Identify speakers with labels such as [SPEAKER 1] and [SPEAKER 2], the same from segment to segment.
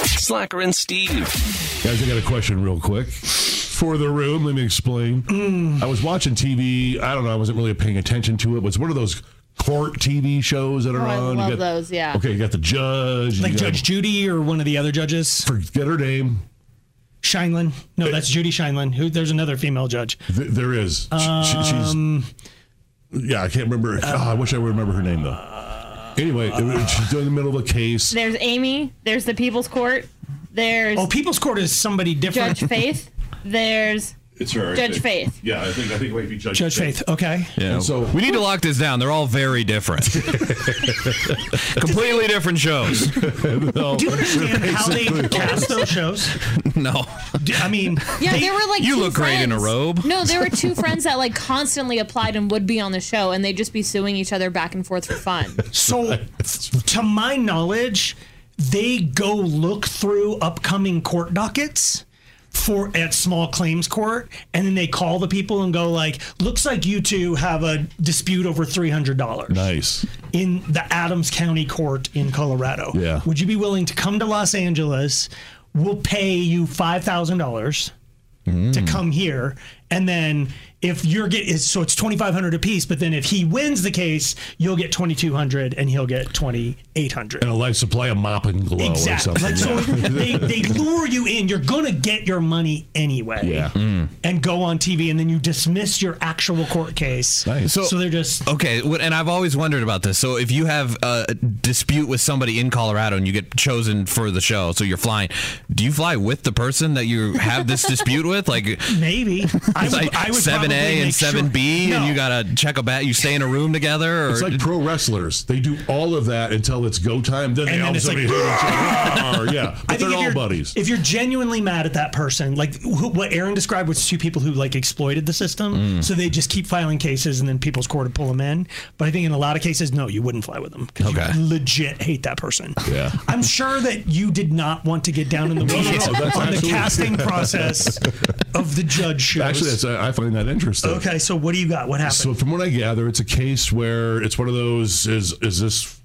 [SPEAKER 1] Slacker and Steve.
[SPEAKER 2] Guys, I got a question real quick for the room. Let me explain. I was watching TV. I don't know. I wasn't really paying attention to it. It was one of those court TV shows that are
[SPEAKER 3] Oh, I
[SPEAKER 2] on. You
[SPEAKER 3] love
[SPEAKER 2] got-
[SPEAKER 3] those, yeah.
[SPEAKER 2] Okay, you got the judge.
[SPEAKER 4] Like
[SPEAKER 2] you got-
[SPEAKER 4] Judge Judy or one of the other judges.
[SPEAKER 2] Forget her name.
[SPEAKER 4] Shineland. No, that's Judy Shineland. Who? There's another female judge.
[SPEAKER 2] Th- there is. She- she- she's. Yeah, I can't remember. Ah, I wish I would remember her name though. Anyway, it was- she's in the middle of a case.
[SPEAKER 3] There's Amy. There's the People's Court. There's
[SPEAKER 4] Oh, People's Court is somebody different.
[SPEAKER 3] Judge Faith. There's
[SPEAKER 2] It's her. I
[SPEAKER 3] Judge
[SPEAKER 2] think.
[SPEAKER 3] Faith.
[SPEAKER 2] Yeah, I think I think it might be Judge,
[SPEAKER 4] Judge Faith. Okay.
[SPEAKER 5] Yeah.
[SPEAKER 2] And so-
[SPEAKER 5] we need to lock this down. They're all very different. Completely different shows.
[SPEAKER 4] Do you understand how they cast those shows?
[SPEAKER 5] No.
[SPEAKER 4] Do- I mean,
[SPEAKER 3] yeah,
[SPEAKER 4] they-
[SPEAKER 3] there were like
[SPEAKER 5] You
[SPEAKER 3] two
[SPEAKER 5] look great in a
[SPEAKER 3] friends.
[SPEAKER 5] robe.
[SPEAKER 3] No, there were two friends that like constantly applied and would be on the show, and they'd just be suing each other back and forth for fun.
[SPEAKER 4] So, to my knowledge, they go look through upcoming court dockets for at small claims court, and then they call the people and go like, "Looks like you two have a dispute over three hundred dollars
[SPEAKER 2] Nice.
[SPEAKER 4] in the Adams County Court in Colorado.
[SPEAKER 2] Yeah.
[SPEAKER 4] Would you be willing to come to Los Angeles? We'll pay you five thousand dollars
[SPEAKER 2] Mm.
[SPEAKER 4] to come here, and then if you're get it's- so it's twenty five hundred apiece. But then if he wins the case, you'll get twenty two hundred, and he'll get twenty eight hundred.
[SPEAKER 2] And a life supply of mop and glow
[SPEAKER 4] Exactly.
[SPEAKER 2] Oh, or something.
[SPEAKER 4] Like, so they, they lure you in. You're gonna get your money anyway.
[SPEAKER 2] Yeah. Mm.
[SPEAKER 4] And go on TV, and then you dismiss your actual court case.
[SPEAKER 2] Nice.
[SPEAKER 4] So, they're just
[SPEAKER 5] Okay, wh- and I've always wondered about this. So if you have a dispute with somebody in Colorado and you get chosen for the show, so you're flying, do you fly with the person that you have this dispute with? Like,
[SPEAKER 4] Maybe. I
[SPEAKER 5] it's like seven
[SPEAKER 4] probably
[SPEAKER 5] A and
[SPEAKER 4] make sure-
[SPEAKER 5] seven B, and
[SPEAKER 4] No.
[SPEAKER 5] you gotta check a bat. You stay in a room together, or
[SPEAKER 2] It's like pro wrestlers. They do all of that until it's go time. Then they
[SPEAKER 4] And
[SPEAKER 2] all
[SPEAKER 4] then
[SPEAKER 2] of a
[SPEAKER 4] it's
[SPEAKER 2] sudden
[SPEAKER 4] like,
[SPEAKER 2] hit each other. Yeah,
[SPEAKER 4] I
[SPEAKER 2] but
[SPEAKER 4] think
[SPEAKER 2] they're
[SPEAKER 4] if
[SPEAKER 2] all
[SPEAKER 4] you're-
[SPEAKER 2] buddies.
[SPEAKER 4] If you're genuinely mad at that person, like who, what Aaron described was two people who like exploited the system,
[SPEAKER 5] Mm.
[SPEAKER 4] so they just keep filing cases and then people's court would pull them in. But I think in a lot of cases, no, you wouldn't fly with them because
[SPEAKER 5] Okay.
[SPEAKER 4] you legit hate that person.
[SPEAKER 2] Yeah.
[SPEAKER 4] I'm sure that you did not want to get down in the weeds
[SPEAKER 2] no, that's
[SPEAKER 4] on the
[SPEAKER 2] absolutely-
[SPEAKER 4] casting process of the judge shows.
[SPEAKER 2] Actually, that's, uh, I I find that interesting.
[SPEAKER 4] okay, so what do you got? What happened?
[SPEAKER 2] So from what I gather, it's a case where it's one of those is is this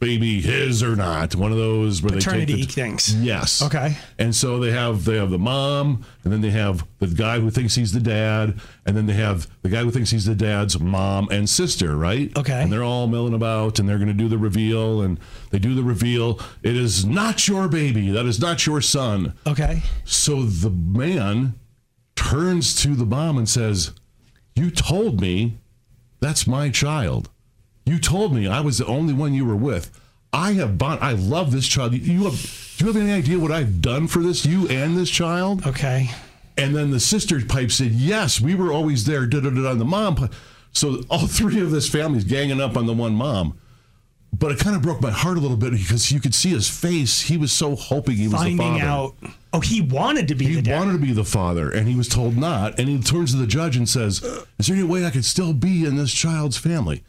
[SPEAKER 2] baby his or not? One of those where they
[SPEAKER 4] Paternity
[SPEAKER 2] take the,
[SPEAKER 4] things.
[SPEAKER 2] Yes.
[SPEAKER 4] Okay.
[SPEAKER 2] And so they have they have the mom, and then they have the guy who thinks he's the dad, and then they have the guy who thinks he's the dad's mom and sister, right?
[SPEAKER 4] Okay.
[SPEAKER 2] And they're all milling about, and they're going to do the reveal, and they do the reveal. It is not your baby. That is not your son.
[SPEAKER 4] Okay.
[SPEAKER 2] So the man turns to the mom and says, You told me that's my child. You told me I was the only one you were with. I have bond. I love this child. You have, do you have any idea what I've done for this, you and this child?
[SPEAKER 4] Okay.
[SPEAKER 2] And then the sister pipe said, Yes, we were always there. Da, da, da, da. And the mom. pi- So all three of this family's ganging up on the one mom. But it kind of broke my heart a little bit because you could see his face. He was so hoping he was the
[SPEAKER 4] Finding
[SPEAKER 2] father
[SPEAKER 4] out. Oh, he wanted to be
[SPEAKER 2] he
[SPEAKER 4] the dad.
[SPEAKER 2] wanted to be the father and he was told not and he turns to the judge and says is there any way i could still be in this child's family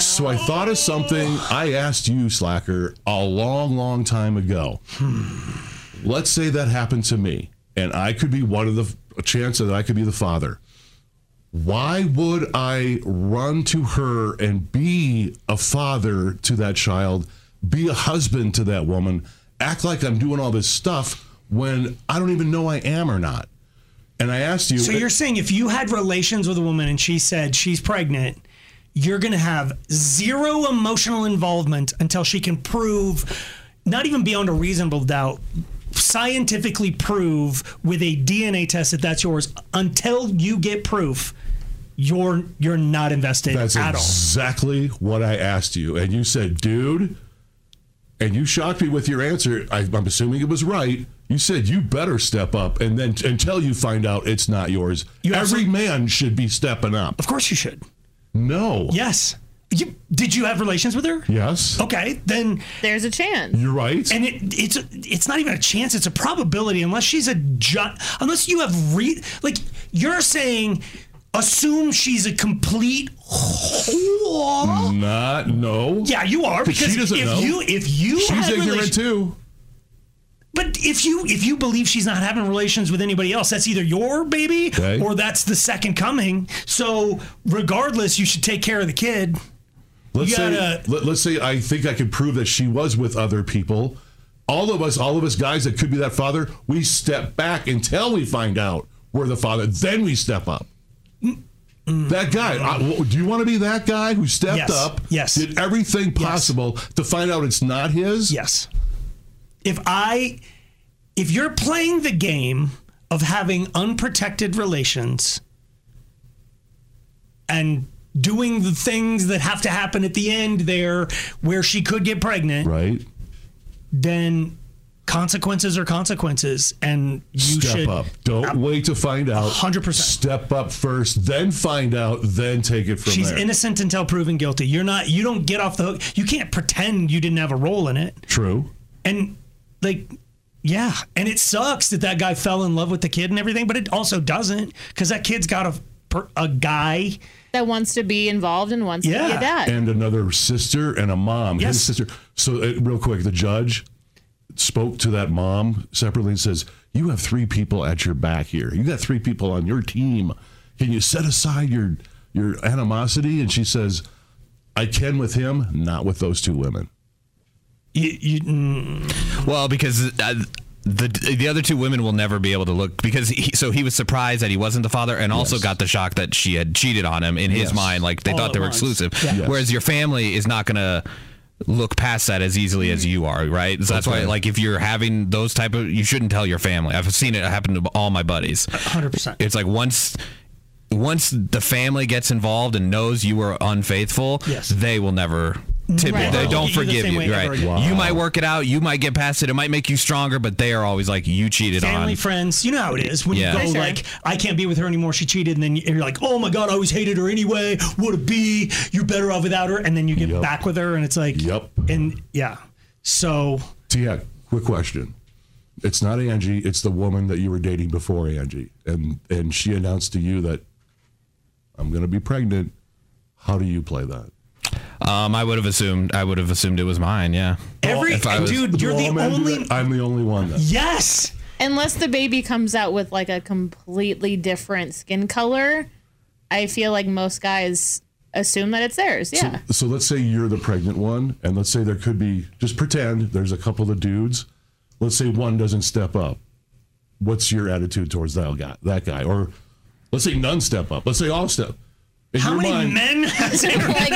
[SPEAKER 2] so i thought of something i asked you slacker a long long time ago let's say that happened to me and i could be one of the a chance that i could be the father why would i run to her and be a father to that child be a husband to that woman act like i'm doing all this stuff when i don't even know i am or not and i asked you
[SPEAKER 4] So you're saying if you had relations with a woman and she said she's pregnant, you're going to have zero emotional involvement until she can prove, not even beyond a reasonable doubt, scientifically prove with a DNA test that that's yours until you get proof you're you're not invested
[SPEAKER 2] That's
[SPEAKER 4] at
[SPEAKER 2] exactly what I asked you. And you said, dude, and you shocked me with your answer. I, I'm assuming it was right. You said you better step up, and then until you find out it's not yours,
[SPEAKER 4] You
[SPEAKER 2] every
[SPEAKER 4] absolutely-
[SPEAKER 2] man should be stepping up.
[SPEAKER 4] all. Of course you should.
[SPEAKER 2] No.
[SPEAKER 4] Yes. You, did you have relations with her?
[SPEAKER 2] Yes.
[SPEAKER 4] Okay, then
[SPEAKER 3] There's a chance.
[SPEAKER 2] You're right.
[SPEAKER 4] Oh. and it, it's it's not even a chance; it's a probability. Unless she's a ju- unless you have re like you're saying, assume she's a complete whore.
[SPEAKER 2] not no.
[SPEAKER 4] Yeah, you are
[SPEAKER 2] Hmm. But she
[SPEAKER 4] because
[SPEAKER 2] doesn't
[SPEAKER 4] if
[SPEAKER 2] know.
[SPEAKER 4] you if you
[SPEAKER 2] She's
[SPEAKER 4] had
[SPEAKER 2] ignorant
[SPEAKER 4] relation-
[SPEAKER 2] too.
[SPEAKER 4] but if you if you believe she's not having relations with anybody else, that's either your baby
[SPEAKER 2] Okay.
[SPEAKER 4] or that's the second coming. So regardless, you should take care of the kid.
[SPEAKER 2] Let's
[SPEAKER 4] You
[SPEAKER 2] say
[SPEAKER 4] gotta-
[SPEAKER 2] let, us say I think I could prove that she was with other people, all of us, all of us guys that could be that father, we step back until we find out we're the father. Then we step up. That guy. I, w- do you want to be that guy who stepped
[SPEAKER 4] Yes.
[SPEAKER 2] up?
[SPEAKER 4] Yes.
[SPEAKER 2] Did everything possible to find out it's not his.
[SPEAKER 4] Yes. If I if you're playing the game of having unprotected relations and doing the things that have to happen at the end there where she could get pregnant,
[SPEAKER 2] Right.
[SPEAKER 4] then consequences are consequences and you
[SPEAKER 2] Step
[SPEAKER 4] should
[SPEAKER 2] up. Don't wait to find out.
[SPEAKER 4] 100%.
[SPEAKER 2] Step up first, then find out, then take it from
[SPEAKER 4] She's
[SPEAKER 2] there.
[SPEAKER 4] innocent until proven guilty. You're not you don't get off the hook. You can't pretend you didn't have a role in it.
[SPEAKER 2] True.
[SPEAKER 4] and like yeah and it sucks that that guy fell in love with the kid and everything but it also doesn't because that kid's got a per- a guy
[SPEAKER 3] that wants to be involved and wants to be
[SPEAKER 4] Yeah.
[SPEAKER 3] a dad.
[SPEAKER 2] And another sister and a mom.
[SPEAKER 4] Yes.
[SPEAKER 2] His sister. So, uh, real quick, the judge spoke to that mom separately and says, You have three people at your back here. You got three people on your team. Can you set aside your, your animosity? And she says, I can with him, not with those two women.
[SPEAKER 4] you, you, mm,
[SPEAKER 5] Well, because uh, the the other two women will never be able to look because he, so he was surprised that he wasn't the father, and also got the shock that she had cheated on him in his
[SPEAKER 2] Yes.
[SPEAKER 5] mind, like they
[SPEAKER 4] All
[SPEAKER 5] thought
[SPEAKER 4] at
[SPEAKER 5] they were
[SPEAKER 4] once.
[SPEAKER 5] exclusive.
[SPEAKER 4] Yeah.
[SPEAKER 2] Yes.
[SPEAKER 5] Whereas your family is not gonna look past that as easily
[SPEAKER 4] Mm-hmm.
[SPEAKER 5] as you are, right? So that's why, like, if you're having those type of, you shouldn't tell your family. I've seen it happen to all my buddies.
[SPEAKER 4] 100%
[SPEAKER 5] It's like once. Once the family gets involved and knows you were unfaithful,
[SPEAKER 4] Yes.
[SPEAKER 5] they will never. Tip,
[SPEAKER 3] Right.
[SPEAKER 5] They
[SPEAKER 3] They'll
[SPEAKER 5] don't
[SPEAKER 4] look at you the
[SPEAKER 5] forgive
[SPEAKER 4] same
[SPEAKER 5] you.
[SPEAKER 4] way ever
[SPEAKER 5] Right?
[SPEAKER 4] again.
[SPEAKER 2] Wow.
[SPEAKER 5] You might work it out. You might get past it. It might make you stronger, but they are always like, you cheated
[SPEAKER 4] family
[SPEAKER 5] on.
[SPEAKER 4] friends you know how it is when
[SPEAKER 5] Yeah.
[SPEAKER 4] you
[SPEAKER 5] For
[SPEAKER 4] go
[SPEAKER 3] sure.
[SPEAKER 4] like i can't be with her anymore she cheated and then you're like oh my god i always hated her anyway what a b you're better off without her and then you get
[SPEAKER 2] Yep.
[SPEAKER 4] back with her and it's like
[SPEAKER 2] Yep.
[SPEAKER 4] and yeah so
[SPEAKER 2] Tia, quick question. It's not Angie, it's the woman that you were dating before Angie. And and she announced to you that I'm gonna be pregnant. How do you play that?
[SPEAKER 5] um, I would have assumed. I would have assumed it was mine. Yeah.
[SPEAKER 4] every
[SPEAKER 5] If I was-
[SPEAKER 4] dude you're the
[SPEAKER 2] Well, I'm-
[SPEAKER 4] only
[SPEAKER 2] I'm the only one then.
[SPEAKER 4] yes
[SPEAKER 3] Unless the baby comes out with like a completely different skin color, I feel like most guys assume that it's theirs. Yeah.
[SPEAKER 2] So let's say you're the pregnant one, and let's say there could be just pretend there's a couple of dudes. Let's say one doesn't step up. What's your attitude towards that guy? That guy, or let's say none step up. Let's say all step. In
[SPEAKER 4] how
[SPEAKER 2] your
[SPEAKER 4] many
[SPEAKER 2] mind-
[SPEAKER 4] men has
[SPEAKER 3] like,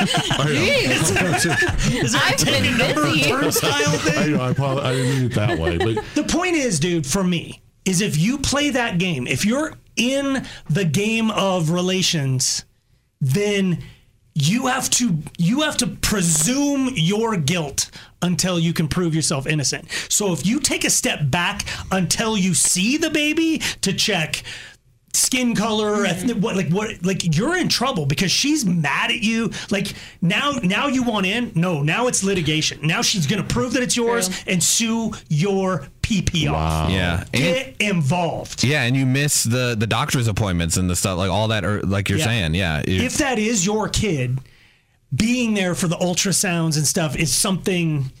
[SPEAKER 3] jeez, I've been busy.
[SPEAKER 4] turnstile thing
[SPEAKER 2] I know. I, probably, I didn't mean it that way, but
[SPEAKER 4] The point is, dude, for me, is if you play that game, if you're in the game of relations, then you have to you have to presume your guilt until you can prove yourself innocent. So if you take a step back until you see the baby to check skin color, ethnic, what like what like you're in trouble because she's mad at you. Like now now you want in? No, now it's litigation. Now she's gonna prove that it's yours
[SPEAKER 3] True.
[SPEAKER 4] and sue your PPO.
[SPEAKER 5] Oh. Yeah. And,
[SPEAKER 4] Get involved.
[SPEAKER 5] yeah, and you miss the the doctor's appointments and the stuff like all that. Or like you're
[SPEAKER 4] Yeah.
[SPEAKER 5] saying, yeah. you-
[SPEAKER 4] If that is your kid, being there for the ultrasounds and stuff is something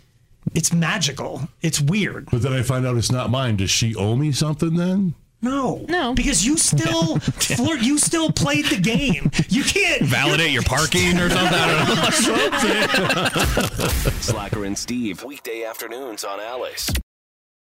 [SPEAKER 4] it's magical. It's weird.
[SPEAKER 2] but then I find out it's not mine. Does she owe me something then?
[SPEAKER 4] No.
[SPEAKER 3] No.
[SPEAKER 4] Because you still flirt you still played the game. You can't
[SPEAKER 5] validate your parking or something. I don't know.
[SPEAKER 1] Slacker and Steve, weekday afternoons on Alice.